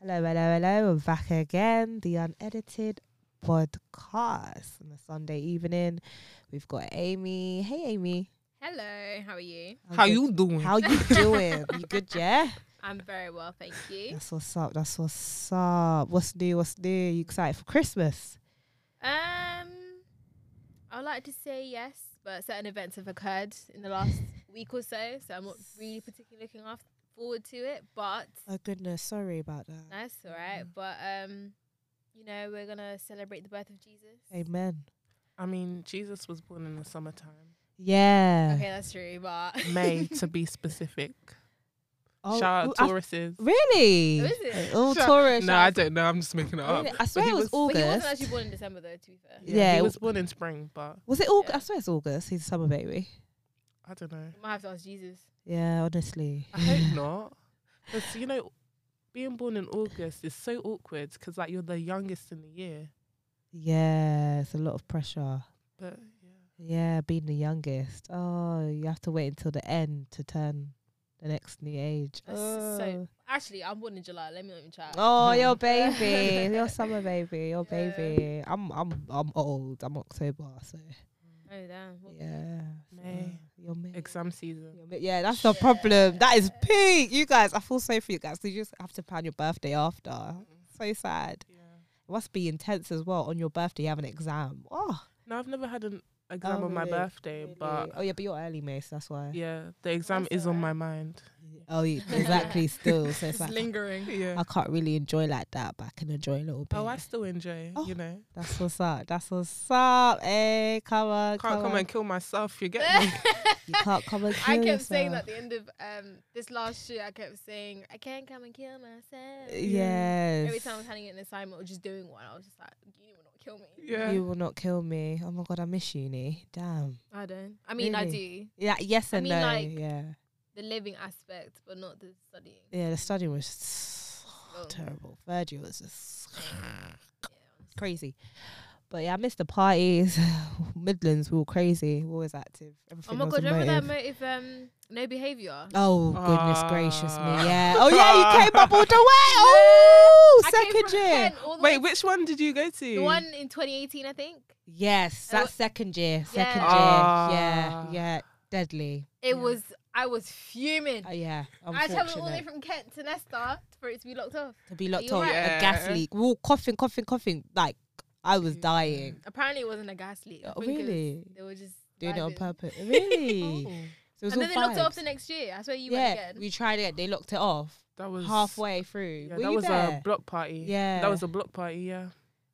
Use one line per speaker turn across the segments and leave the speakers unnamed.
Hello, hello, hello. We're back again. The unedited podcast on a Sunday evening. We've got Amy. Hey, Amy.
Hello, how are you?
I'm
How
good.
you doing?
How you doing? you good, yeah?
I'm very well, thank you.
That's what's up. That's what's up. What's new? What's new? You excited for Christmas?
Um, I would like to say yes, but certain events have occurred in the last week or so, so I'm not really particularly looking off forward to it. But
Oh goodness, sorry about that.
that's all right.
Mm.
But um, you know, we're gonna celebrate the birth of Jesus.
Amen.
I mean, Jesus was born in the summertime,
Yeah.
Okay, that's true. But
May to be specific.
Oh,
Shout out
ooh, I-
Tauruses.
really?
Who is it?
All
Shout-
Taurus.
No, I don't know. I'm just making it
I,
up.
mean, I swear
he
it was,
was-
But he wasn't
August.
actually born in December, though. To be fair,
yeah,
he
it
was born in spring, but
Was it August?
Yeah.
I swear it's August. He's a summer baby.
I don't know.
you might have to ask Jesus.
Yeah, honestly.
I hope not. 'Cause, you know, being born in August is so awkward because like you're the youngest in the year.
Yeah, it's a lot of pressure.
But yeah,
Yeah, being the youngest. Oh, you have to wait until the end to turn the next new age.
That's
Oh.
so- Actually, I'm born in July. Let me not even try.
Oh, your
Yeah.
baby, your summer baby, your
Yeah.
baby. I'm, I'm, I'm old. I'm October, so
Oh damn. What-
yeah. so
May.
You're May.
exam season.
You're May- Yeah, that's the problem. That is peak. You guys, I feel so for you guys. 'cause You just have to plan your birthday after. So sad.
Yeah.
It must be intense as well. On your birthday, you have an exam. Oh,
No, I've never had an exam
Oh,
on my
really?
birthday, but
oh yeah, but you're early, May, so that's why.
yeah, the exam
That's
is on
alright.
my mind.
Oh, yeah, exactly. Still, so it's like
lingering.
Yeah.
I can't really enjoy like that, but I can enjoy a little bit.
Oh, I still enjoy,
Oh.
you know.
That's what's up. That's what's up. Hey, come on,
Can't
come,
come
on.
and kill myself, you get me?
you can't come and
I
kill
kept saying
yourself.
that at the end of um this last year, I kept saying I can't come and kill myself.
Yes.
Every time I was handing it an assignment or just doing one, I was just like, "You will not kill me."
Yeah.
You will not kill me. Oh my god, I miss uni. Damn.
I don't. I mean, I do
Yeah. Yes
I
and
mean,
no.
like-
yeah.
the living aspect, but not the studying.
Yeah. The studying was s-
Oh.
terrible. Third year was just
Yeah.
crazy. But yeah, I missed the parties. Midlands, we were crazy. We were always active. Everything
Oh my
was
god,
a
remember
motive.
that motive? Um, no behavior.
Oh goodness gracious
Ah.
me! Yeah. Oh yeah, you came up all the way. Oh,
I came
second
from
year.
Kent all the
Wait,
way
which one did you go
to
to?
the one in 2018, I think.
Yes,
Oh,
that's second year. Second
yeah.
year. Yeah,
Ah.
yeah. Deadly.
It
Yeah.
was. I was fuming.
Oh yeah.
I traveled all the way
Unfortunate
from Kent to Leicester for it to be locked off.
to be locked
you
up
alright?
a gas
Yeah.
leak. We were coughing, coughing, coughing. Like I was
Mm-hmm.
Jeez.
dying.
Apparently, it wasn't a gas leak. I
Oh,
think it was-
really?
they were just
Doing it on
vibing.
purpose.
Oh,
Really? So it was
and
all
then they locked it off
vibes.
the next year. I swear you
yeah,
went again.
we tried it. They locked it off
that was
halfway through.
Yeah,
were
that
you
was
there?
a block party.
Yeah. Mm-hmm.
that was a block party. Yeah,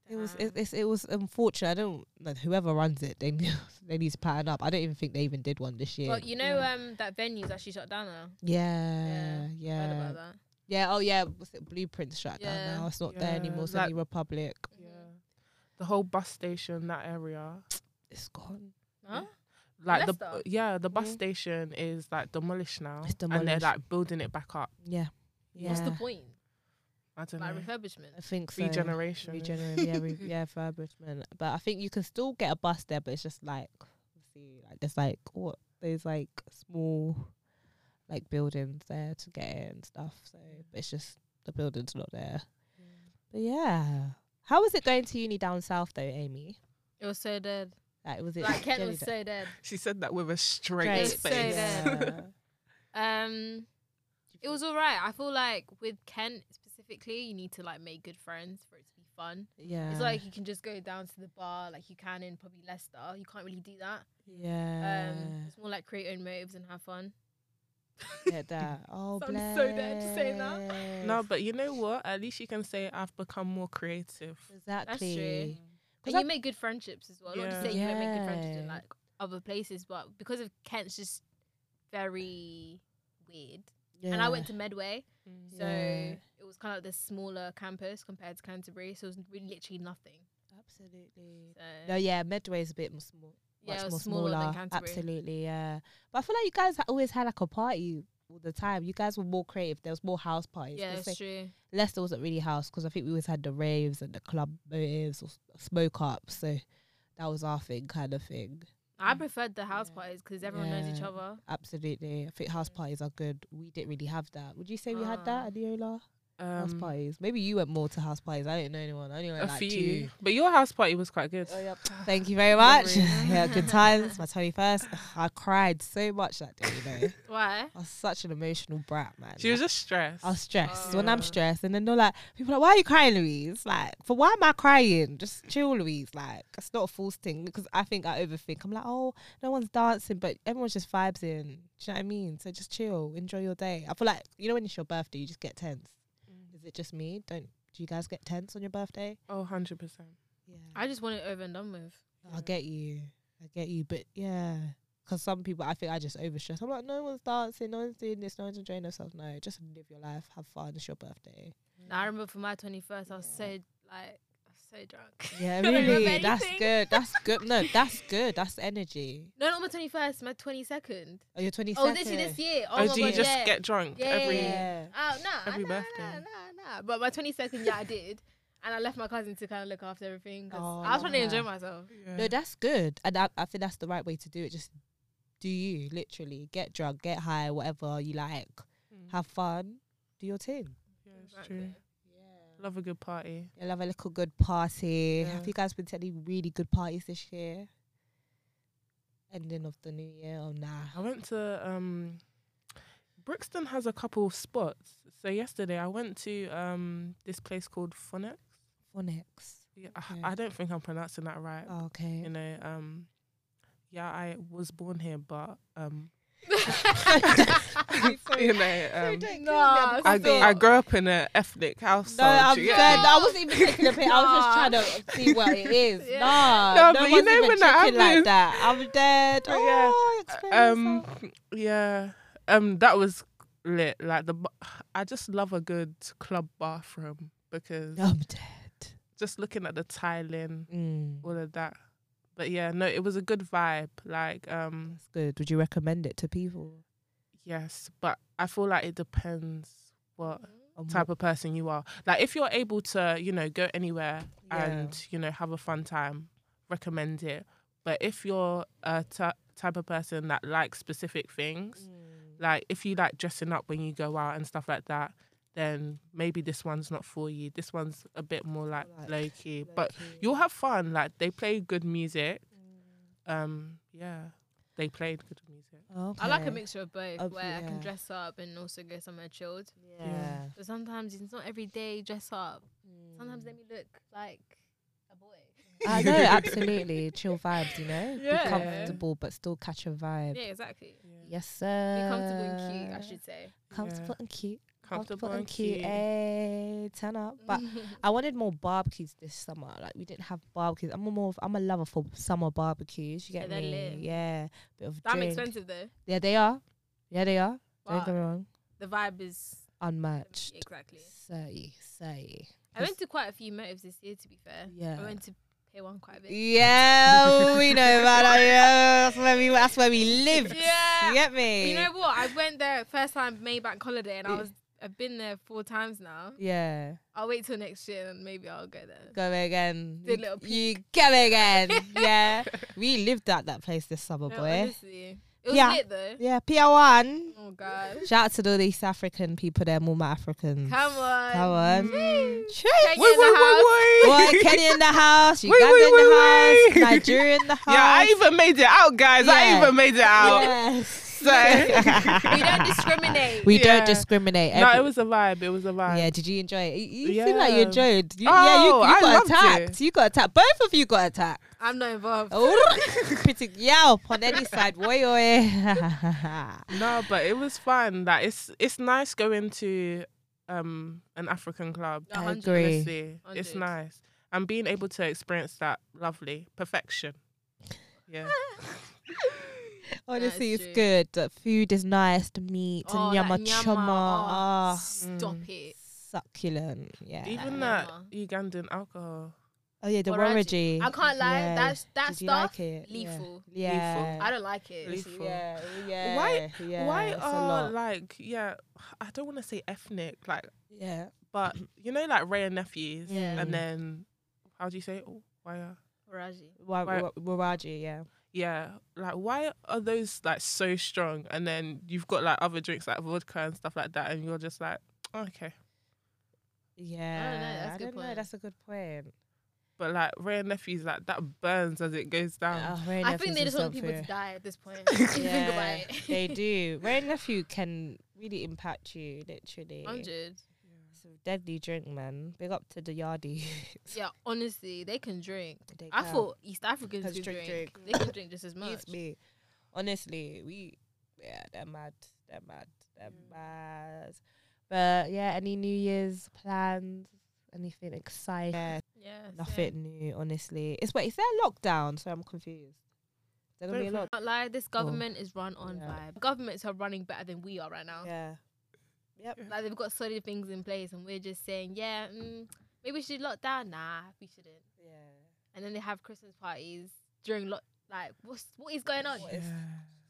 It was
Damn.
it, it's, it was unfortunate. I don't like, whoever runs it. They need- they need to pattern up. I don't even think they even did one this year.
But you know, um, that venue's actually shut down now.
yeah,
I heard
yeah,
about that.
yeah. Oh yeah, what's it? Blueprint shut
Yeah.
down now. It's not there
Yeah,
anymore. It's
that-
only Republic.
yeah. The whole bus station, that area,
It's gone.
Huh?
like the
Leicester?
yeah, the bus
Mhm.
station is like demolished now,
It's
and they're
demolished.
like building it back up.
Yeah, yeah.
What's the point?
I don't
Like
know.
I
refurbishment.
think so.
Regeneration.
Regeneration, yeah, re- yeah, refurbishment. But I think you can still get a bus there, but it's just like, see, like there's like what those like small, like buildings there to get in and stuff. So but it's just the building's not there. But yeah, how was it going to uni down south though, Amy?
It was so dead.
Like was it
Like Kent
jelly
was
da-
so dead.
She said that with a straight
straight
It's so
face.
dead.
Yeah.
Um, it was alright. I feel like with Kent specifically, you need to like make good friends for it to be fun.
yeah.
It's like you can just go down to the bar like you can in probably Leicester. You can't really do that.
yeah.
Um, it's more like create own motives and have fun.
get that. Oh,
I'm so dead just saying that.
no, but you know what? At least you can say I've become more creative.
exactly.
And
'Cause
you
I-
make good friendships as well. Not to
Yeah.
say you don't make good friendships in
Yeah.
like other places, but because of Kent's just very weird. And I went to Medway,
Mm-hmm.
so
Yeah.
it was kind of the smaller campus compared to Canterbury, so it was really literally nothing.
absolutely.
So
No, yeah, Medway is a bit more small,
yeah,
much more
it was smaller,
smaller.
than Canterbury.
Absolutely, yeah. But I feel like you guys ha- always had like a party all the time. You guys were more creative. There was more house parties.
Yeah,
Let's
that's
say-
true.
Leicester wasn't really house because I think we always had the raves and the club motives or s- smoke ups. So that was our thing, kind of thing.
I preferred the house
Yeah.
parties because everyone knows each
Mm. Yeah.
other.
Absolutely, I think house parties are good. We didn't really have that. Would you say we had that,
Mm. Ah.
Adiola? house
Um,
parties. Maybe you went more to house parties. I don't know anyone. I only went
a
like
few,
two.
but your house party was quite good.
Oh, yep. Thank you very much.
Memories.
yeah, good times. My twenty first. I cried so much that day. You know,
Why?
I was such an emotional brat, man.
She was just stressed.
I was stressed. when I'm
Oh.
stressed, and then they're like, people are like, why are you crying, Louise? Like, for why am I crying? Just chill, Louise. Like, it's not a false thing because I think I overthink. I'm like, oh, no one's dancing, but everyone's just vibes in. Do you know what I mean? So just chill, enjoy your day. I feel like you know when it's your birthday, you just get tense.
Mm.
Is it just me? Don't do you guys get tense on your birthday?
oh, 100 percent.
Yeah,
I just want it over and done with.
I get you. I get you, but yeah. Because some people, I think I just overstress. I'm like, no one's dancing, no one's doing this, no one's enjoying themselves. No, just live your life, have fun. It's your birthday.
Now, I remember for my 21st, I was so like I was so drunk.
Yeah,
Don't remember
really. That's
anything.
good. That's good. No, that's good. That's energy.
No, not my 21st, my 22nd.
Oh, you're 22nd.
Oh, this year, this year. Oh,
Oh,
my
do
God,
you just
yeah.
get drunk
Yeah,
every?
Yeah.
Oh no,
Every
no,
birthday.
no, no, no. But my twenty second, yeah, I did, and I left my cousin to kind of look after everything 'cause
Oh,
I was trying to
yeah.
enjoy myself.
Yeah.
No, that's good. And I, I think that's the right way to do it. Just do you, literally. Get drunk, get high, whatever you like.
Mm.
Have fun. Do your thing.
Yeah, it's
Exactly.
true. Love a good party.
I love a little good party.
Yeah.
Have you guys been to any really good parties this year? Ending of the new year. Oh, nah.
I went to um Brixton has a couple of spots. So yesterday I went to um this place called Phonics.
For next.
Yeah, Oh, I-
Okay.
I don't think I'm pronouncing that right.
Oh, Okay.
You know, um yeah, I was born here but um you know, um
Nah,
I,
stop.
I grew up in a ethnic household.
No, I'm
you
good.
get me?
I wasn't even taking a pic. I was just
Nah.
trying to see what it is.
Yeah.
Nah,
No,
no,
but you
one's
know
even
when that
checking like
happens.
that. I'm dead.
But yeah,
Oh, it's
um yeah um that was lit like the ba- i just love a good club bathroom because
I'm dead.
just looking at the tiling
Mm,
all of that but yeah no it was a good vibe like um
that's good. Would you recommend it to people?
yes but i feel like it depends what
Mm.
type of person you are like if you're able to you know go anywhere
Yeah.
and you know have a fun time recommend it but if you're a ty type of person that likes specific things
Mm,
like if you like dressing up when you go out and stuff like that then maybe this one's not for you this one's a bit more like,
Like,
low key but you'll have fun like they play good music
Mm.
um yeah they played good music
Okay.
I like a mixture of both,
Of-
where I can
yeah.
dress up and also go somewhere chilled.
Yeah.
But sometimes it's not every day dress up. Sometimes
Mm.
let me look like a boy.
I know, absolutely. Chill vibes, you know? Be
Yeah.
comfortable but still catch a vibe.
Yeah, exactly.
Yes, sir.
Be comfortable and
Uh,
cute, I should say.
Comfortable
Yeah.
and cute.
comfortable and
cute.
cute
Hey, turn up. But
Mm.
I wanted more barbecues this summer. Like we didn't have barbecues. I'm a more of, I'm a lover for summer barbecues. You
Yeah,
get
they're
me?
lit.
Yeah, bit of
Damn
drink.
expensive though.
Yeah, they are. Yeah, they are. Don't
But
get me wrong.
the vibe is
Unmatched.
exactly.
Say, say.
I went to quite a few motives this year. To be fair,
Yeah.
I went to pay one quite a bit.
Yeah, we know about that. Yeah, that's where we that's where we lived.
Yeah.
You get me?
You know what? I went there first time Maybank holiday, and I was I've been there four times now.
yeah.
I'll wait till next year, and maybe I'll go there.
Go there again.
Did little
you get me again. yeah. We lived at that place this summer,
No,
boy.
honestly, it was
Yeah.
lit though.
Yeah, PR one.
Oh gosh,
Shout out to all the East African people there, more Africans.
come on,
Come on.
Jeez.
True.
Kenya in the house.
What, Kenya in the house, Uganda
Wait, wait,
in the
wait,
house,
wait.
Nigeria in the house.
yeah i even made it out guys i
Yeah.
even made it out
Yes.
so
We don't discriminate.
We
Yeah.
don't discriminate.
no
Every-
it was a vibe it was a vibe
yeah, did you enjoy it? You, you seem like you
Yeah.
enjoyed. You,
Oh,
yeah, you,
I
you got
loved
attacked.
it.
You got attacked. Both of you got attacked.
I'm not involved.
Oh, pretty yelp on any side. Boy, oh, eh. oi.
no but it was fun like it's it's nice going to um an african club
A hundred.
agree.
honestly it's
Hundred.
nice and being able to experience that lovely perfection yeah
Honestly,
That's
it's
true.
good. The food is nice. The meat
Oh,
and
that
yama
nyama.
chama.
Oh,
Ah,
stop
Mm.
it.
succulent. Yeah.
even that
Dilemma.
ugandan alcohol
oh yeah, the
Waraji.
waraji.
I can't lie.
Yeah.
That's that
Did you
stuff.
like it?
lethal.
Yeah. yeah.
I don't like it.
Lethal.
Yeah, yeah.
Why-
Yeah,
why
it's a
are
lot.
like yeah i don't want to say ethnic like
yeah. Mm.
but you know like ray and nephews
Yeah.
and then how do you say it? Oh, why are
Waraji.
Wa-
Why-
wa- Waraji, yeah.
yeah like why are those like so strong and then you've got like other drinks like vodka and stuff like that and you're just like "Oh, okay
Yeah,
that's
I
a good
don't know,
point.
That's a good point.
But like Ray and Nephew's, like that burns as it goes down.
Oh, Ray
I think
Nephew's
they just want
is
people to
something.
die at this point. if you think about
Yeah,
it.
they do. Ray and nephew can really impact you, literally.
Hundred.
It's a deadly drink, man. Big up to the yardie.
Yeah, honestly, they can drink.
They
I
can.
thought East Africans
Cause
could drink.
drink, drink.
They can drink just as much.
Excuse me. Honestly, we yeah, they're mad. They're mad. They're
Mm.
mad. But yeah, any New Year's plans? Anything exciting? Yeah,
Yeah,
nothing new, honestly. It's wait, is there a lockdown? So I'm confused. Is there gonna be a
Don't
lock?
Not lie, this government is run on
Yeah.
vibe. Governments are running better than we are right now.
Yeah. Yep.
Like they've got solid things in place, and we're just saying, yeah, mm, maybe we should lock down. Nah, we shouldn't.
Yeah.
And then they have Christmas parties during lock. Like, what's what is going on?
What
Yeah.
is-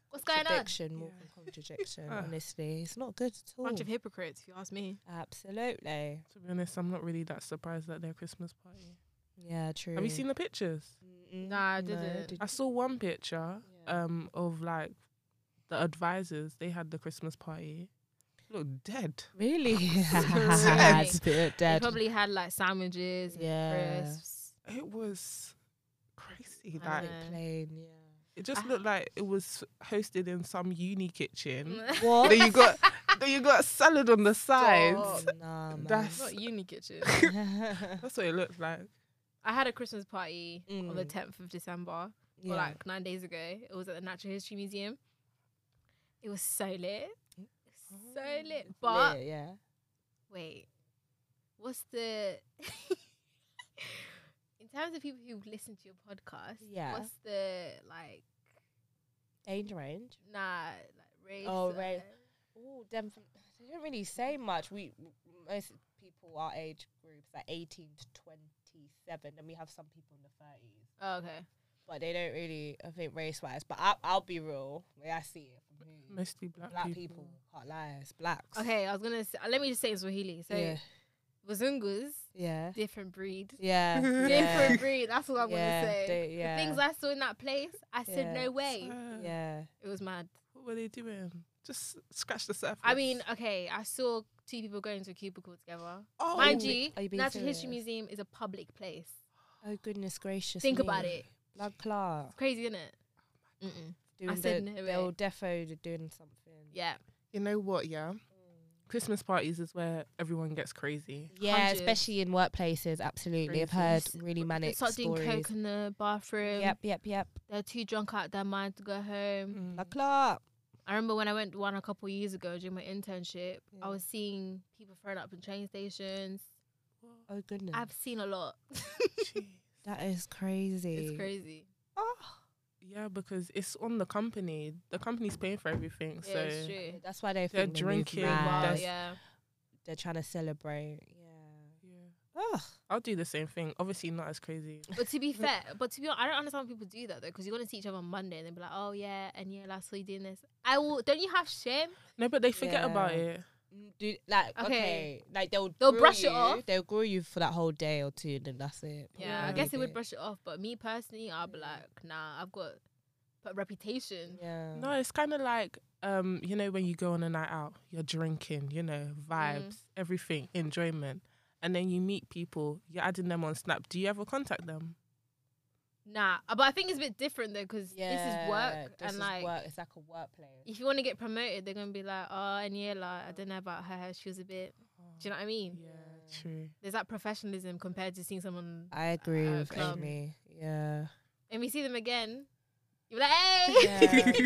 What's going on?
Contradiction, more than contradiction.
Ah.
honestly, it's not good at all.
Bunch of hypocrites, if you ask me.
Absolutely.
To be honest, I'm not really that surprised at their Christmas party.
Yeah. True.
Have you seen the pictures?
Mm,
Nah, I
no,
didn't.
did
I saw one picture
Oh, Yeah.
um of like the advisors. They had the Christmas party. Look dead.
Really?
Dead.
Spirit
They
dead.
probably had like sandwiches, and
Yeah.
crisps.
It was crazy.
I
Like
know.
Plain, yeah.
it just
I-
looked like it was hosted in some uni kitchen.
What?
then you got then you got salad on the sides.
Stop. Nah, man.
That's-
Not uni kitchen.
That's what it looked like.
I had a Christmas party on the
Mm.
10th of December,
Yeah.
or like nine days ago. It was at the Natural History Museum. It was so lit. So lit. But
yeah, yeah.
wait, what's the. In terms of people who listen to your podcast,
Yeah.
what's the like,
age range.
nah, like race?
Oh,
uh,
race. Oh, them. From, they don't really say much. We most people our age groups are eighteen to twenty-seven, and we have some people in the thirties.
Oh, okay.
But they don't really, I think, race-wise. But I, I'll be real. Way I see it, from who-
Mostly black,
black people can't lie. It's blacks.
Okay, I was gonna say, let me just say in Swahili. So,
yeah,
Wazungus,
yeah,
different breed.
yeah. yeah.
Different breed. That's what I'm
yeah,
gonna say.
they- yeah,
The things I saw in that place, I said
Yeah.
no way.
Uh,
yeah.
It was mad.
What were they doing? Just scratch the surface.
I mean, okay, I saw two people going to a cubicle together.
oh,
Mind you,
are you being
Natural History
serious?
Museum is a public place.
Oh goodness gracious!
Think
me.
about it.
Blood clot.
It's crazy, isn't it?
Oh
Mm-mm.
Doing
said
the,
no
they'll
way.
defo d- doing something.
Yeah.
you know what? Yeah,
Mm.
Christmas parties is where everyone gets crazy.
Yeah,
Hundreds.
especially in workplaces. Absolutely, I've heard
Crazy.
really
They
manic
start doing
stories.
coke in the bathroom.
Yep, Mm. yep, yep.
They're too drunk out their mind to go home.
Mm.
Blood clot.
I remember when I went to one a couple years ago during my internship,
Yeah.
I was seeing people throwing up in train stations.
Oh goodness,
I've seen a lot.
Jeez.
that is crazy.
it's crazy.
Oh,
Yeah, because it's on the company. The company's paying for everything.
Yeah,
so
it's true.
that's why they
They're
think the move
drinking,
mad.
Wow,
that's-
yeah.
They're trying to celebrate. Yeah.
Yeah.
Oh,
I'll do the same thing. Obviously, not as crazy.
But to be fair, but to be honest, I don't understand why people do that though, because you want to see each other on Monday and then be like, oh yeah, and yeah, last week doing this. I will. Don't you have shame?
No, but they forget about
Yeah.
it.
do like okay.
Okay.
like they'll
They'll
grill
brush it
you,
off.
They'll grill you for that whole day or two, and then that's it.
Yeah, I
Yeah.
guess it would
Maybe.
brush it off. But me personally, I'll be like, nah, I've got a reputation.
Yeah.
No, it's kind of like um, you know when you go on a night out, you're drinking, you know,
Mm.
vibes, everything, enjoyment, and then you meet people. You're adding them on Snap. Do you ever contact them?
Nah, Uh, but I think it's a bit different though, because this is work,
this
and
is
like,
work. It's like a workplace.
if you want to get promoted, they're gonna be like, oh, and yeah, like, I don't know about her. She was a bit. Do you know what I mean?
Yeah,
Yeah.
Oh, true.
There's that professionalism compared to seeing someone,
I agree
Uh,
with
club.
Amy. Yeah.
and we see them again. You're like, hey.
Yeah.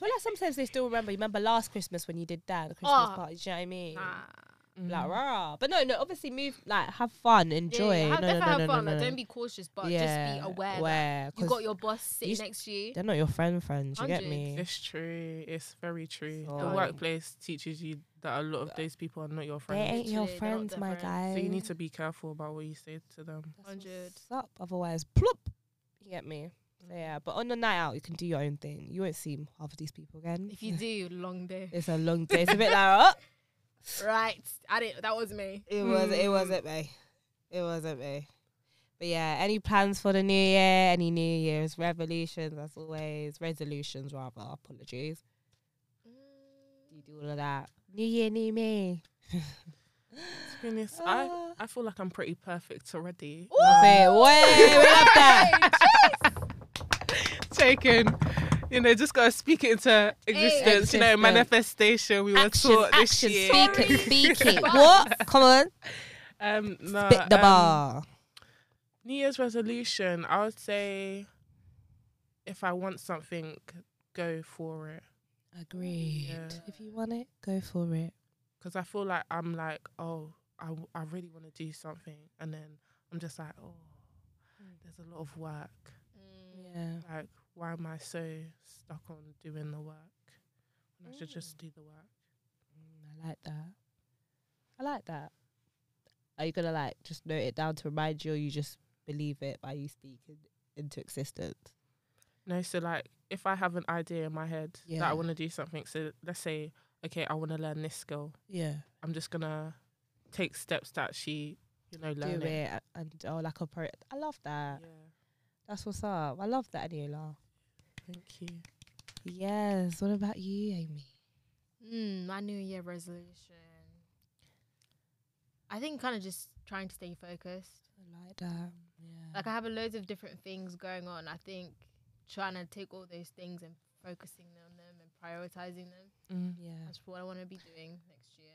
Well, like sometimes they still remember. You remember last Christmas when you did that the Christmas
Oh.
party? Do you know what I mean?
Nah.
Mm.
Like rah. But no, no. Obviously, move. Like have fun, enjoy.
Yeah, have,
no, no,
definitely
no,
have
no,
fun.
no,
like,
no.
don't be cautious, but just be aware. that
Aware.
you
'cause
got your boss sitting
you-
next to you.
They're not your friend friends. You get
Hundred.
me?
It's true. It's very true.
So-
the workplace teaches you that a lot of those people are not your
They
friends.
ain't your
Literally, they're not
friends,
their
my guy.
friends.
So you need to be careful about what you say to them.
That's
Hundred.
what's up. Otherwise, plop. You get me? So
Mm.
yeah. But on the night out, you can do your own thing. You won't see half of these people again.
If you do, long day.
It's a long day. It's a bit like, oh,
Right. I didn't that was me.
It was.
Hmm.
It wasn't me. It wasn't me. But yeah, any plans for the new year? Any New Year's revolutions? As always, resolutions rather. Apologies.
Mm.
Do you do all of that? New year, new me.
be honest, I,
Ah.
I feel like I'm pretty perfect already.
Love it. Way, we love that.
Taken. You know, just gotta speak it into existence. You know,
Existence.
manifestation. We were
Action,
taught this
action,
year.
speak it, speak it.
Sorry.
What? Uh, Come on.
Um, no,
Spit the
um,
bar.
New Year's resolution. I would say, if I want something, go for it.
Agreed.
yeah.
If you want it, go for it.
Because I feel like I'm like, oh, I, w- I really want to do something, and then I'm just like, oh,
Mm.
there's a lot of work.
Yeah.
Like, why am I so stuck on doing the work? When I should just do the work.
Mm, I like that. I like that. Are you gonna like just note it down to remind you, or you just believe it by you speaking into existence?
No, so like if I have an idea in my head that
Yeah.
I want to do something, so let's say, okay, I want to learn this skill.
Yeah,
I'm just gonna take steps that she, you know,
do
learning.
it a- and oh, like a pro. I love that.
Yeah.
That's what's up. I love that, Aniola.
Thank you.
Yes. What about you, Amy?
Mm, my New Year resolution. I think kind of just trying to stay focused.
I like that. Yeah.
Like I have a loads of different things going on. I think trying to take all those things and focusing on them and prioritizing them.
Mm.
yeah.
That's what I want to be doing next year.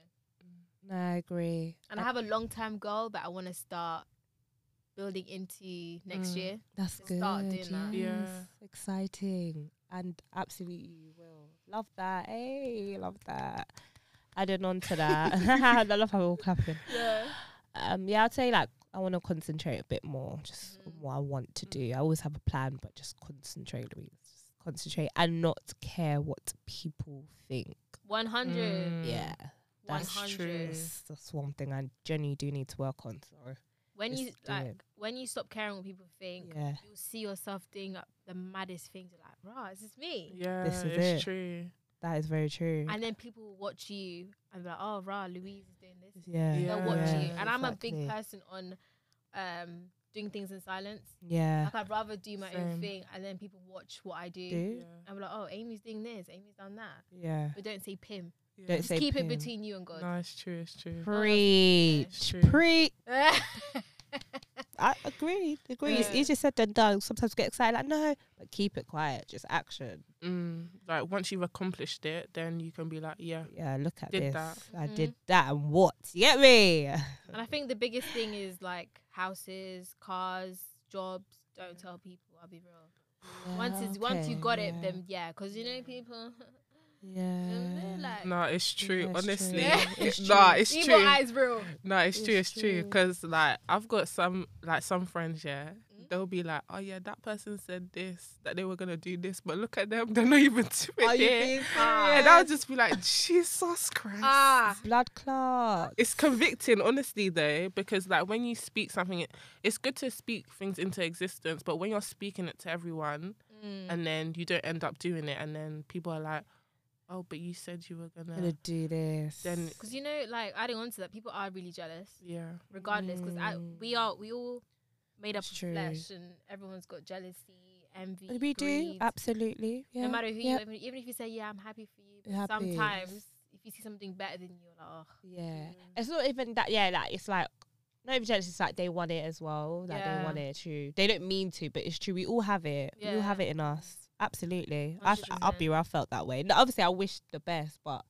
No, I agree.
And I have a long term goal that I want to start building into next
Mm.
year.
That's
to
good.
start doing that.
yes.
Yeah.
Exciting. And absolutely you will. Love that. Hey, love that. Adding on to that. I love how we're all clapping.
Yeah.
Um, yeah, I'd say like I want to concentrate a bit more, just on
Mhm.
what I want to do. I always have a plan, but just concentrate, Louise. Just concentrate and not care what people think.
100.
Mm.
Yeah, that's
100.
true.
that's, that's one thing I genuinely do need to work on. So
When you
Just do
like,
it.
when you stop caring what people think,
yeah,
you'll see yourself doing like, the maddest things. You're like, rah, is this me?
Yeah,
This is
it's
it.
true.
that is very true.
And then people will watch you and be like, oh, rah, Louise is doing this.
yeah,
They'll
Yeah.
watch
yeah,
you. And I'm a big
exactly.
person on um, doing things in silence.
Yeah,
Like, I'd rather do my
Same.
own thing and then people watch what I do.
do
I'm like, oh, Amy's doing this, Amy's done that.
yeah.
But don't say Pim.
Yeah.
Don't
Just
say
keep
Pim.
it between you and God.
No, it's true. It's true.
Preach,
It's true.
preach.
yeah.
I agree. Agree. It's
Yeah.
easier said than done. Sometimes get excited, like no, but keep it quiet. Just action.
Mm. Like once you've accomplished it, then you can be like, yeah,
Yeah, look at
Did
this.
that.
I
Mhm.
did that, and what? You get me?
And I think the biggest thing is like houses, cars, jobs. Don't tell people. I'll be real. once it's, once you
okay,
got it,
yeah. Mm.
then yeah, because you know people.
Yeah.
like,
no, it's
it's
true.
true.
honestly,
Yeah.
It's
nah,
true.
it's
evil
true.
eyes real.
No, it's, true.
It's
It's true.
true.
Because like I've got some like some friends, yeah,
Mm.
they'll be like, oh yeah, that person said this that they were gonna do this, but look at them, they're not even doing
Are you
it.
being
Yeah,
serious?
and I'll just be like, Jesus Christ.
Ah,
Blood clot.
It's convicting, honestly, though, because like when you speak something, it, it's good to speak things into existence. But when you're speaking it to everyone,
Mm.
and then you don't end up doing it, and then people are like, "Oh, but you said you were gonna."
I'm gonna do this.
Then-
Because you know, like adding on to that, people are really jealous,
yeah,
regardless. Because
Mm.
we are, we all made up
It's
of
true.
flesh, and everyone's got jealousy, envy.
And we do
greed.
absolutely. Yeah.
No matter who
yeah.
you, even, even if you say, yeah, I'm happy for you.
Happy.
But sometimes, if you see something better than you, you're like, oh.
Yeah. It's not even that. Yeah, like it's like. Not even jealous, it's like they want it as well. Like they
Yeah.
want it too. They don't mean to, but it's true. We all have it. We all have
Yeah.
it in us. Absolutely. I, f- I'll
100%.
be real, I felt that way. No, obviously, I wish the best, but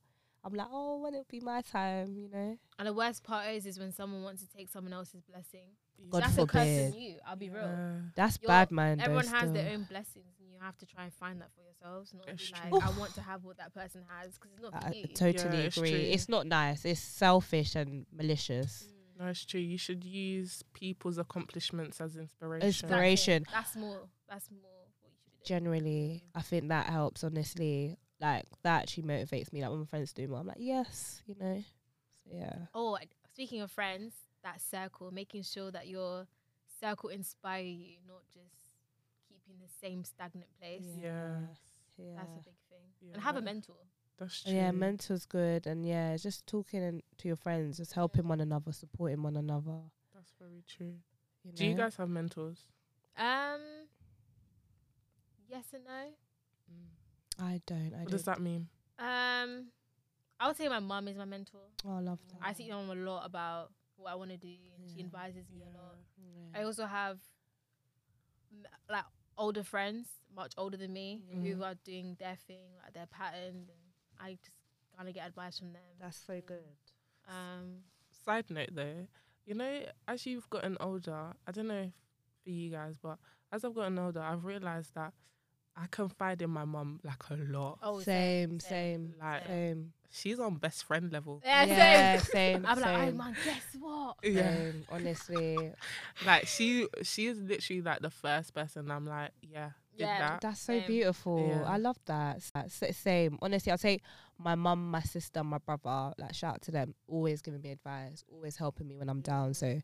I'm like, oh, when it'll be my time, you know?
And the worst part is, is when someone wants to take someone else's blessing.
God
That's a curse
forbid.
on you. I'll be real.
Yeah.
That's
You're-
bad, man. though,
Everyone has
still.
their own blessings, and you have to try and find that for yourselves. Not
That's
be
true.
like, I want to have what that person has because it's not
I,
for
I
you.
totally
Yeah, it's
agree.
true.
It's, not nice. It's selfish and malicious.
Mm.
No, it's true. You should use people's accomplishments as inspiration.
Inspira- Inspiration.
That's more. That's more what you should be doing.
Generally, I think that helps. Honestly, like that actually motivates me. Like when my friends do more, I'm like, yes, you know. So, yeah.
Oh, and speaking of friends, that circle, making sure that your circle inspire you, not just keeping the same stagnant place.
Yeah,
Yeah.
That's a big thing. And have a
Yeah.
mentor.
that's true.
Yeah, mentor's good, and yeah, it's just talking and to your friends, just helping one another, supporting one another.
That's very true.
You know?
Do you guys have mentors?
Um. Yes and no. Mm.
I don't. I
What
don't.
does that mean?
Um, I would say my mum is my mentor.
Oh, I love that.
I see my mum a lot about what I want to do, and she
Yeah.
advises me a lot.
Yeah.
I also have m- like older friends, much older than me,
Mm.
who are doing their thing, like their pattern. And I just kind of get advice from them.
That's so good.
Um,
Side note though, you know, as you've gotten older, I don't know if for you guys, but as I've gotten older, I've realised that I confide in my mum like a lot.
oh,
same, same,
Like
same,
she's on best friend level.
Yeah,
Yeah,
same.
same,
I'm like, oh
same,
man, guess what?
same, Honestly,
Like she she is literally like the first person I'm like, yeah, did
Yeah.
that.
that's so
Same.
beautiful.
Yeah.
I love that. S- that s- Same. Honestly, I'll say my mum, my sister, my brother. Like shout out to them. Always giving me advice. Always helping me when I'm down. So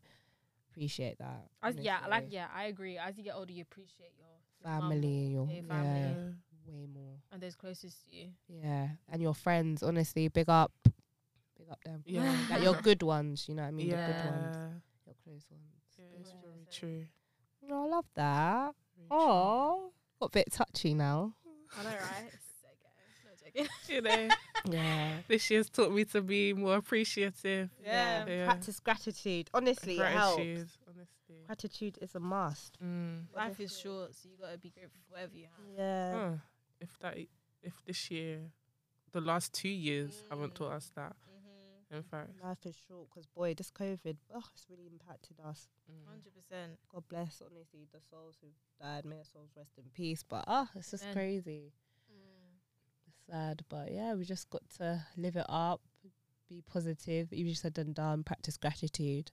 appreciate that.
I, yeah, I like
honestly.
yeah, I agree. As you get older, you appreciate your mum
family and your
yeah, family.
yeah,
Yeah.
way more.
and those closest to you.
Yeah, and your friends. Honestly, big up, big up them.
Yeah.
Like your good ones. You know what I mean?
yeah.
Your good ones. Your close ones.
Yeah,
Those
it's
Yeah.
ones.
very true.
Oh, I love that.
Very
Oh, got a bit touchy now.
I know, right? so good. No joking.
true. You know,
Yeah.
this year's taught me to be more appreciative.
Yeah.
Yeah.
Practice gratitude. Honestly, it
Gratitude,
helps.
honestly.
Gratitude is a must.
Mm.
Life is short, so you gotta be grateful for whatever you have.
Yeah.
Huh. If that, if this year, the last two years haven't taught
Mm.
us that.
Mm-hmm.
In fact,
Life is short because, boy, this COVID, oh, it's really impacted us.
mm.
Hundred percent.
God bless, honestly, the souls who died. May their souls rest in peace. But, ah, it's just
Amen.
crazy. Mm. It's sad. But, yeah, we just got to live it up, be positive. You just said and done, practice gratitude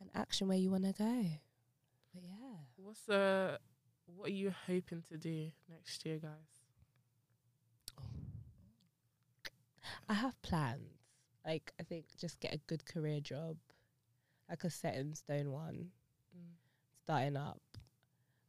and action where you want to go. But, yeah.
what's the, what are you hoping to do next year, guys?
I have plans. Like I think just get a good career job, like a set in stone one,
Mm.
starting up.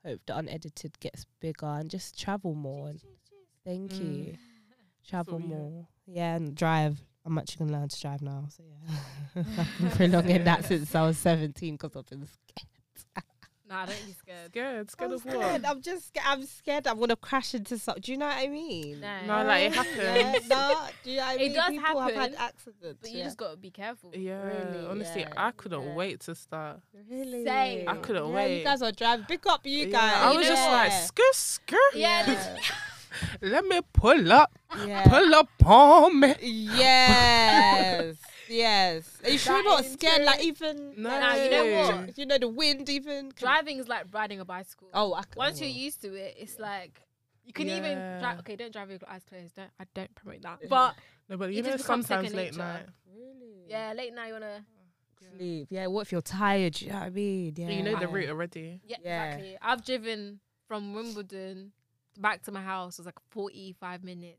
Hope the unedited gets bigger and just travel more. And
Cheers, cheers, cheers.
thank
Mm.
you. Travel
we hope.
more. Yeah, and drive. I'm actually gonna learn to drive now. So yeah, I've been prolonging that since I was 17 because I've been scared.
Nah, don't be scared.
Scared, scared
I'm
of what?
scared. I'm just. sca- I'm scared. I'm gonna crash into something. Do you know what I mean?
No.
No, Oh, like it
Yeah,
happens.
no, do you know what I
It
mean?
does
People have had
happen,
accidents.
But you just gotta be careful.
Yeah,
Really,
honestly,
yeah,
I couldn't
yeah.
wait to start.
Really?
Same. I
couldn't
yeah,
wait.
You guys are driving. Pick up, you
Yeah,
guys.
I was just like,
Yeah.
skirt, skirt.
Yeah,
Yeah.
Let me pull up,
Yeah.
pull up on me.
Yes. yes. Are you sure
That
you're not
is
scared?
true.
Like even
No.
like,
Nah, you know what?
You know the wind even. can-
Driving is like riding a bicycle.
Oh, I can,
Once you're used to it, it's like you can even
Yeah.
drive. Okay, don't drive with your eyes closed. Don't I don't promote that. But
No, but
It
you know,
just becomes
sometimes
second
late
nature.
night.
Really.
yeah, late night you wanna.
Sleep. Yeah. What if you're tired? Do you know what I mean? Yeah.
You know the
Yeah.
route already.
Yeah,
Yeah.
exactly. I've driven from Wimbledon back to my house. It was like 45 minutes.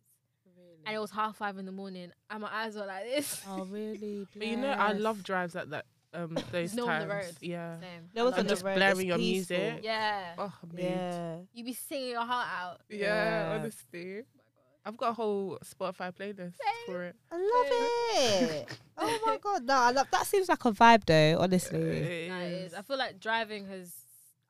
And it was half five in the morning. And my eyes were like this.
Oh really?
But you know, I
Bless.
love drives at that um those
No on
times.
the road.
Yeah.
Same.
There was
I
on
And
the
love
just
it.
road, it's
blaring your
peaceful.
music.
Yeah.
Oh, mate. Yeah.
Yeah.
You be singing your heart out.
Yeah.
honestly. I've got a whole Spotify playlist for it.
I love it. oh my god, no, I love that. Seems like a vibe though, honestly.
It
That is. I
is.
feel like driving has.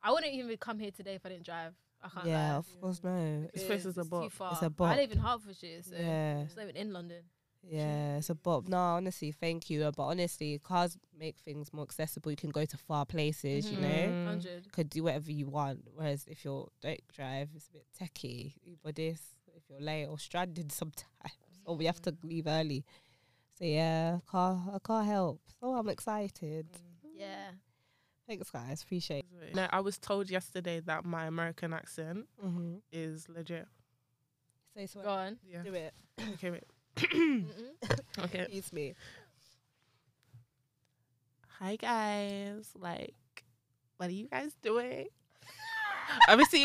I wouldn't even come here today if I didn't drive. I can't.
Yeah,
lie.
of course, no.
This place is a
It's
bop.
Too
It's
far.
a bop.
I live in Hertfordshire, so
Yeah,
it's not even in London.
yeah, it's a bob. No, honestly, thank you. uh, But honestly, cars make things more accessible. You can go to far places, you know.
Mhm. Mm.
Mm-hmm. Hundred.
Could do whatever you want. Whereas if you're don't drive, it's a bit techie. Uber this if you're late or stranded sometimes, or we have to leave early. So yeah, car a car helps. Oh, I'm excited.
Yeah.
Thanks, guys. Appreciate.
No, I was told yesterday that my American accent
it. Mm-hmm.
is legit.
Say so.
Go on.
Yeah.
Do it.
Okay, wait.
Mm-mm.
Okay.
Excuse me.
Hi guys. Like, what are you guys doing? Obviously,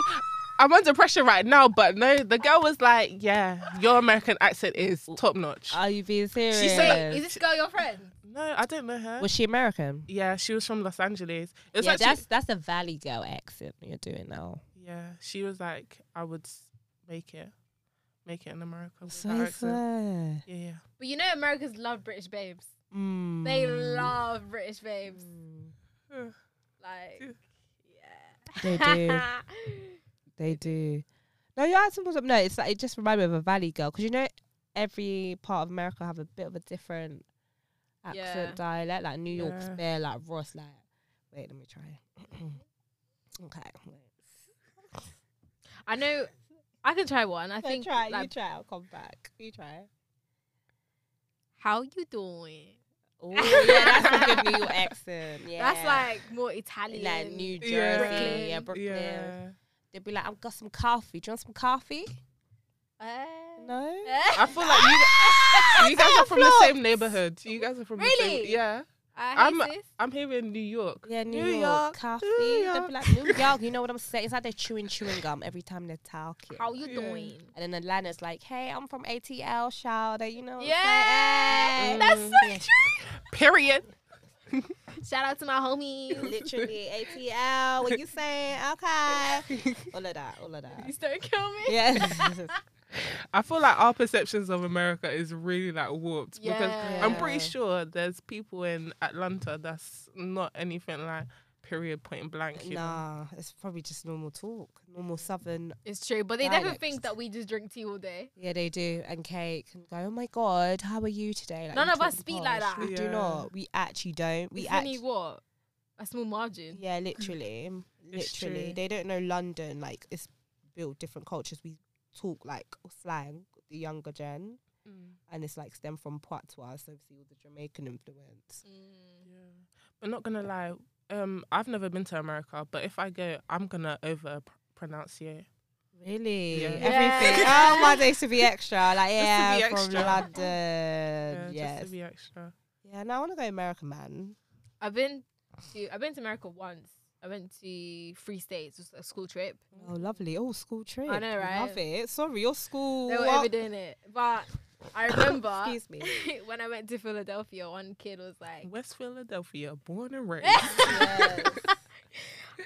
I'm under pressure right now, but no, the girl was like, "Yeah, your American accent is top notch."
Are you being serious?
She said
Wait, is this girl your friend?
No, I don't know her.
Was she American?
Yeah, she was from Los Angeles. It was
yeah,
actually,
that's that's a Valley girl accent you're doing now.
yeah, she was like, I would s- make it, make it in America. With
So
that accent.
fair.
Yeah, yeah.
But you know, Americans love British babes.
Mm.
They love British babes.
Mm.
Like,
They do.
yeah.
they do. No, your accent was up. No, it's like it just reminded me of a Valley girl because you know every part of America have a bit of a different accent
Yeah.
dialect, like New York
Yeah.
spare, like Ross, like. Wait, let me try. okay, wait.
I know. I can try one. I
No,
think.
try. you
like,
try. I'll come back. You try.
how you doing?
Oh yeah, that's a good New York accent. Yeah,
That's like more Italian.
like New Jersey,
Yeah.
yeah, Brooklyn.
Brooklyn. Yeah.
They'd be like, "I've got some coffee. Do you want some coffee?"
Uh,
No.
I feel like you, you guys are from the
flops.
same neighborhood. You guys are from the
Really?
same. Yeah.
I
I'm-
hate this.
I'm here in New York.
Yeah, New,
New
York,
York,
coffee.
New
They'd
York.
be like, New York. You know what I'm saying? It's like they're chewing chewing gum every time they're talking.
How you
Yeah.
doing?
and then Atlanta's like, "Hey, I'm from ATL, shout You know? what I'm
Yeah,
saying?
that's so
Oh, Mm, Yeah.
true.
Period.
Shout out to my homies.
literally ATL. What you saying? Okay, all of that, all of that.
Please don't kill me.
Yeah.
I feel like our perceptions of America is really like warped because
Yeah.
I'm pretty
Yeah.
sure there's people in Atlanta that's not anything like period point blank. You know?
Nah, it's probably just normal talk, normal southern.
It's true, but they definitely
Dialect.
think that we just drink tea all day.
Yeah, they do. And cake and go, oh my god, how are you today? Like,
None
we
of
talk
us
in
speak like
posh.
that.
We
Yeah.
do not. We actually don't. We
it's
actually.
only what a small margin.
yeah, literally,
It's
literally.
true.
They don't know London. Like it's built different cultures. We talk like slang. The younger gen.
Mm.
And it's like stem from patois, so obviously all the Jamaican influence.
Mm.
But not gonna lie, um, I've never been to America, but if I go, I'm gonna over pronounce it.
Really?
Yeah.
Everything.
Yeah.
Oh, my days to be extra. Like,
to
yeah,
be
I'm from
extra.
London.
Yeah,
Uh, yes.
just to be extra.
yeah, no, I want to go America, man.
I've been to I've been to America once. I went to three states, just a school trip.
Oh, lovely. Oh, school trip.
I know, right?
Love it. Sorry, your school.
They were
what?
overdoing it, but I remember
Excuse me.
when I went to Philadelphia, one kid was like,
West Philadelphia, born and raised.
Yes.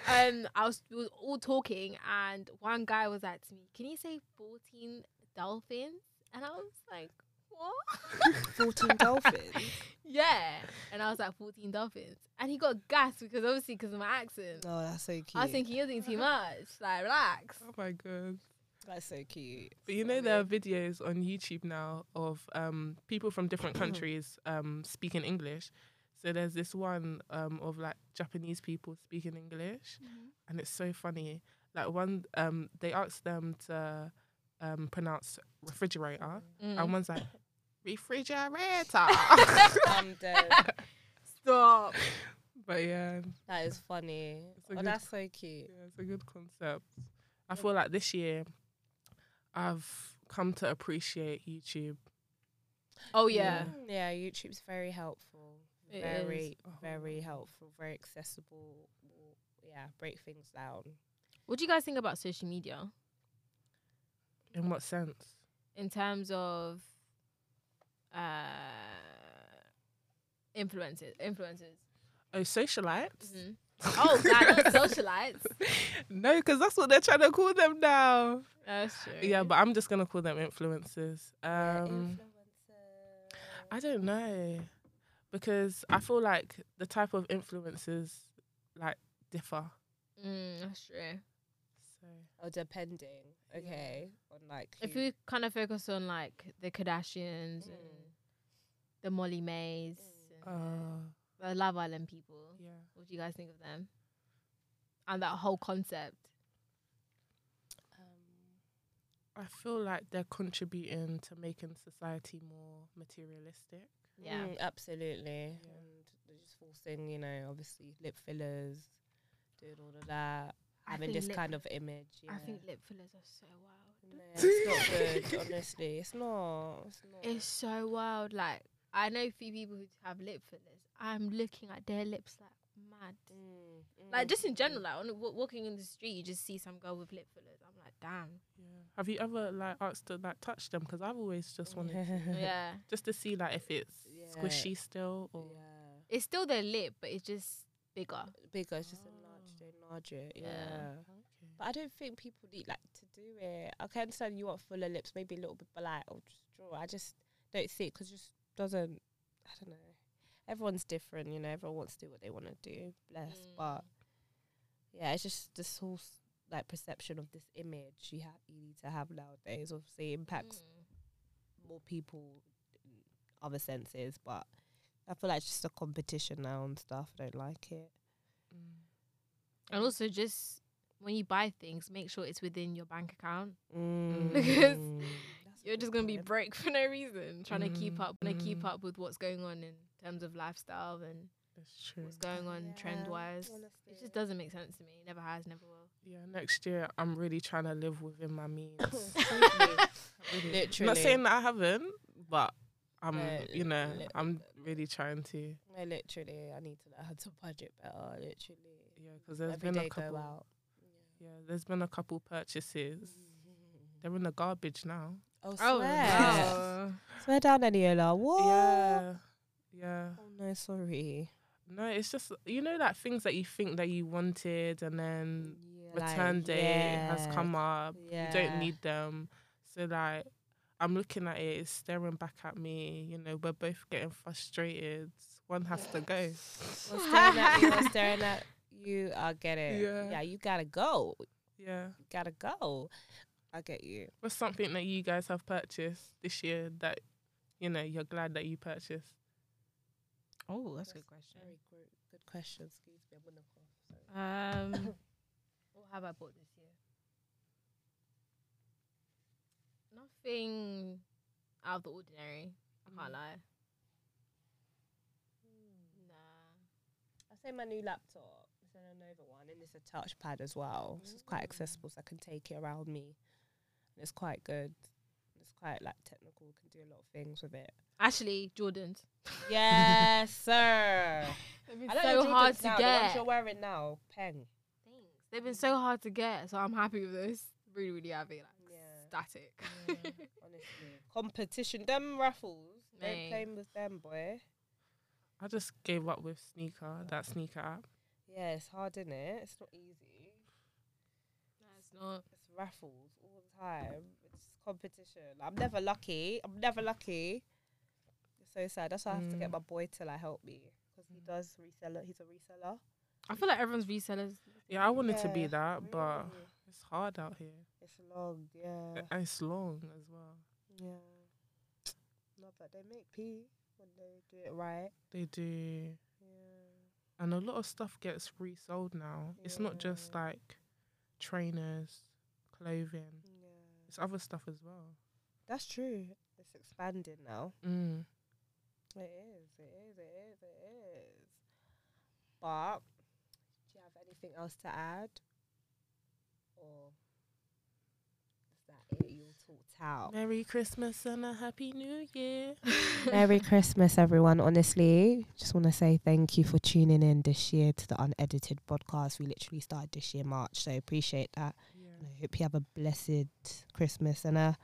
um, I was we was all talking, and one guy was like to me, "Can you say fourteen dolphins?" And I was like, "What?"
14 dolphins.
yeah, and I was like, 14 dolphins," and he got gassed because obviously because of my accent.
Oh, that's so cute.
I was thinking you're doing too much. Like, relax.
oh my god.
that's so cute.
But you know there are videos on YouTube now of um, people from different countries um, speaking English. So there's this one um, of like Japanese people speaking English,
Mm-hmm.
and it's so funny. Like one, um, they asked them to um, pronounce refrigerator,
Mm. Mm-hmm.
and one's like refrigerator.
I'm dead.
Stop.
but yeah,
That is funny.
It's a
Oh,
good-
that's so cute.
yeah, it's a good concept. I feel like this year, I've come to appreciate YouTube.
Oh yeah.
Mm, Yeah, YouTube's very helpful.
It
very,
is.
very helpful. Very accessible. Yeah, break things down.
What do you guys think about social media
In what sense?
in terms of uh influences influences?
Oh, socialites.
Mhm. Oh, God, not socialites.
No, because that's what they're trying to call them now.
That's true.
Yeah, but I'm just gonna call them influencers. Um,
Influencer.
I don't know, because I feel like the type of influencers like differ.
mm, that's true.
So
Or Oh, depending,
Yeah.
okay, on like
If
who-
we kind of focus on like the Kardashians and
Mm.
the Molly Mays, and
uh,
the Love Island people,
yeah,
what do you guys think of them and that whole concept?
um,
I feel like they're contributing to making society more materialistic.
Yeah.
mm, absolutely,
Yeah.
and they're just forcing, you know, obviously lip fillers, doing all of that,
I
having
think
this
lip-
kind of image. Yeah.
I think lip fillers are so wild.
No, it's not good, honestly. It's not. It's not.
It's so wild. Like I know a few people who have lip fillers. I'm looking at their lips like mad.
Mm,
Like
mm,
just in
mm.
general, like on, w- walking in the street, you just see some girl with lip fillers. I'm like, damn.
Yeah. Have you ever like asked to like touch them? Because I've always just wanted
yeah,
just to see like if it's
Yeah.
squishy still or
yeah.
it's still their lip, but it's just bigger.
bigger. It's just enlarged, they enlarge it.
Yeah.
Yeah. But I don't think people need like to do it. I can understand you want fuller lips, maybe a little bit, but like, or just draw. I just don't see it because just doesn't. I don't know. Everyone's different, you know. Everyone wants to do what they want to do. Bless,
Mm.
but yeah, it's just this whole s- like perception of this image you have you need to have nowadays. Obviously, impacts
Mm.
more people in other senses, but I feel like it's just a competition now and stuff. I don't like it.
And also, just when you buy things, make sure it's within your bank account.
Mm.
Because
That's a
You're just
good
gonna be
point.
broke for no reason, trying to keep
Mm,
up, trying to keep
mm.
up with what's going on in terms of lifestyle and
That's true.
what's going on trend
Yeah,
wise. It
honestly.
just doesn't make sense to me. Never has, never will.
Yeah, next year I'm really trying to live within my means. Really.
Literally.
Not saying that I haven't, but I'm,
No,
you know,
li-
I'm really trying to. Yeah,
No, literally, I need to learn how to budget better. Literally,
because there's
every
been
day
a
go
couple.
out.
Yeah, there's been a couple purchases. They're in the garbage now.
Oh,
Oh,
swear,
wow.
swear down, Aniola. What?
yeah, yeah.
Oh no, sorry.
No, it's just you know like things that you think that you wanted, and then
Yeah,
return
like,
day has
yeah,
come up. You don't
yeah.
need them. So like I'm looking at it, it's staring back at me, you know, we're both getting frustrated. One has to go.
We're staring at you. We're staring at you. I get it.
Yeah.
yeah, you gotta go.
Yeah.
You gotta go. I get you.
What's something that you guys have purchased this year that you know you're glad that you purchased?
Oh,
that's a good
question.
Very good, good question. Excuse me, I'm gonna cough. Sorry.
Um, what have I bought this year? Nothing out of the ordinary. I can't lie. Hmm. Nah.
I say my new laptop. It's a Lenovo one, and it's a touchpad as well. So it's quite accessible, so I can take it around me. And it's quite good. It's quite like technical. Can do a lot of things with it.
Actually, Jordans.
Yes, sir.
They've been so hard to
now, The ones
get.
you're wearing now, Peng.
Thanks. They've been so hard to get, so I'm happy with this. Really, really happy. Like
Yeah.
static.
Honestly, competition. Them raffles. They ain't
Mate.
playing with them, boy.
I just gave up with sneaker, that sneaker app.
Yeah, it's hard, in it. It's not easy.
No, it's not.
It's raffles all the time. It's competition. I'm never lucky. I'm never lucky. It's so sad. That's why I have to get
Mm.
my boy to like help me because he does reseller. He's a reseller.
I feel like everyone's resellers.
Yeah, I wanted to be
Yeah,
that, but
really.
it's hard out here.
it's long. Yeah,
And it's long as well.
yeah. No, but they make pee when they do it right.
They do.
Yeah.
And a lot of stuff gets resold now. It's not just
Yeah.
like trainers, clothing.
Yeah.
It's other stuff as well.
That's true. It's expanding now.
Mm.
It is. It is. It is. It is. But do you have anything else to add, or is that it? You'll talked out.
Merry Christmas and a Happy New Year.
Merry Christmas, everyone. Honestly, just want to say thank you for tuning in this year to the unedited podcast. We literally started this year March, so appreciate that. And
Yeah.
I hope you have a blessed Christmas and a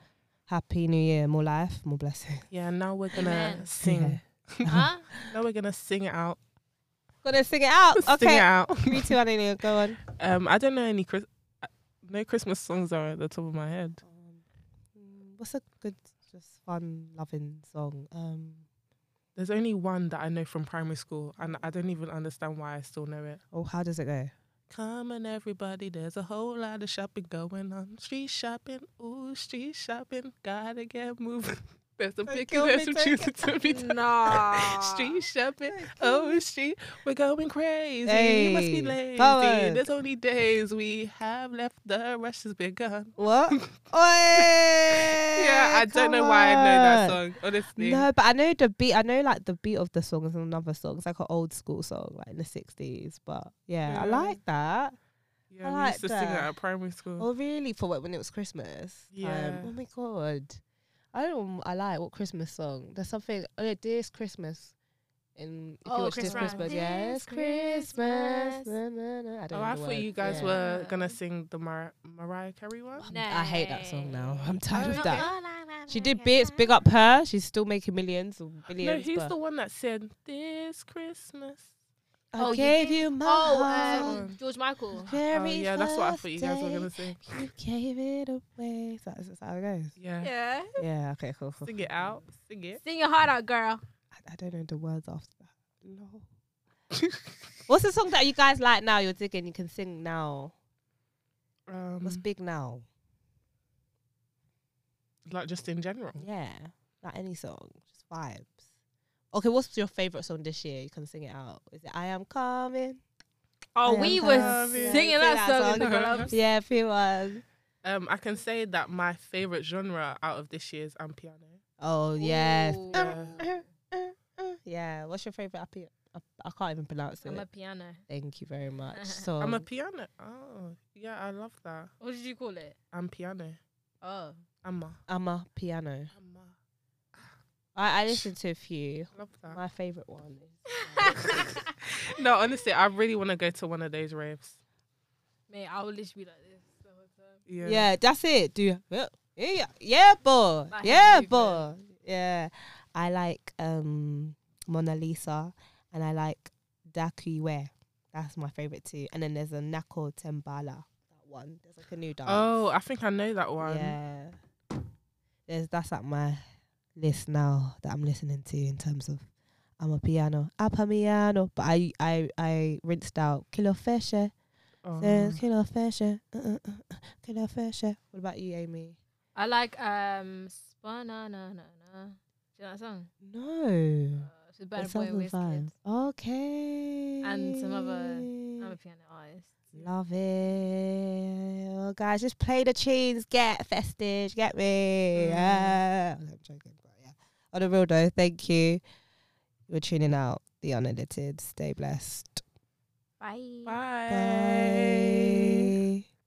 happy New Year. More life, more blessing.
Yeah, now we're gonna
Amen.
sing. Uh-huh.
huh?
Now we're gonna sing it out.
Gonna sing it out.
Sing it
Okay,
out.
me too, Anilio. Go on.
Um, I don't know any Chris- uh, no Christmas songs are at the top of my head.
Um, mm, what's a good, just fun, loving song? Um,
There's only one that I know from primary school, and I don't even understand why I still know it.
oh, how does it go?
Come on, everybody, there's a whole lot of shopping going on. Street shopping, ooh, street shopping, gotta get moving. There's a big
kill me,
list of
take
choosing to be done.
Nah.
Street shopping, oh, street, we're going crazy. You must
Hey,
be lazy.
come on.
There's only days we have left, the rush has begun.
What?
Yeah, I don't know why I know that song, honestly.
No, but I know the beat. I know like the beat of the song is another song. It's like an old school song, like in the sixties. But yeah, I
Yeah.
like that.
Yeah,
I
we
like
used to sing
that.
that at primary school.
Oh, really? For what? When it was Christmas? time.
Yeah.
oh my god, I don't. know I like what Christmas song? There's something. Oh yeah, this Christmas. In if you
Oh,
watch
Chris
this
Brown.
Christmas,
This
yeah, it's Christmas.
Christmas.
na, na, na. I don't know
Oh, I
the
thought
words,
you guys
yeah.
were
Yeah.
gonna sing the Mar- Mariah Carey one.
I'm- I hate that song now. I'm tired
Oh,
of
Nah.
that. She did bits. Big up her. She's still making millions or
No,
billions.
he's
but
the one that said this Christmas.
I
Oh, you
gave
did?
you my
Oh,
heart.
um, George Michael.
Oh,
Very
yeah, that's what I
first
thought you guys were
day.
gonna sing.
You gave it away. So That's, that's how it goes.
Yeah.
Yeah.
Yeah, okay, cool. cool,
Sing
cool,
it
cool.
out. Sing it.
Sing your heart out, girl.
I, I don't know the words after that. No. What's the song that you guys like now? You're digging. You can sing now. What's
Um,
big now?
like just in general.
Yeah, like any song, just vibes. Okay, what's your favorite song this year? You can sing it out. Is it "I Am Coming"?
Oh,
I
we
am
were
coming.
singing
Yeah,
that
sing that
song in the
song.
clubs.
Yeah, if it was.
Um, I can say that my favorite genre out of this year's I'm piano.
Oh yes.
Ooh.
Yeah. What's your favorite? Api- I, I can't even pronounce it.
I'm a piano.
Thank you very much. So
I'm a piano. Oh, yeah, I love that.
What did you call it?
I'm piano.
Oh,
Amma.
I'm a piano.
Amma.
I, I listened to a few.
Love that.
My favorite one. Is,
no, honestly, I really want to go to one of those raves.
mate, I will literally be like this the whole time.
Yeah.
yeah. that's it. Do you- yeah, yeah, yeah, boy,
That
yeah,
heavy
boy, yeah. I like um Mona Lisa, and I like Daku Ware. That's my favorite too. And then there's a Nako Tembala. That one. There's like a new dance.
Oh, I think I know that one.
Yeah. There's, that's at my list now that I'm listening to in terms of I'm a piano, I'm a piano. But I I I rinsed out Killer Fisher,
Oh.
says Killer Fisher, uh, uh, uh, uh, Killer Fisher. What about you, Amy?
I like um, na na na na. Do you know that song?
No.
Uh, it's a bad
It's
boy
Southern
Wizkid.
Vibes. Okay.
some other- I'm a piano artist.
Love it. Oh, guys, just play the tunes. Get festive. Get me.
Mm.
Yeah. I'm joking, but yeah. On a real though, thank you. You're tuning out the unedited. Stay blessed.
Bye.
Bye.
Bye.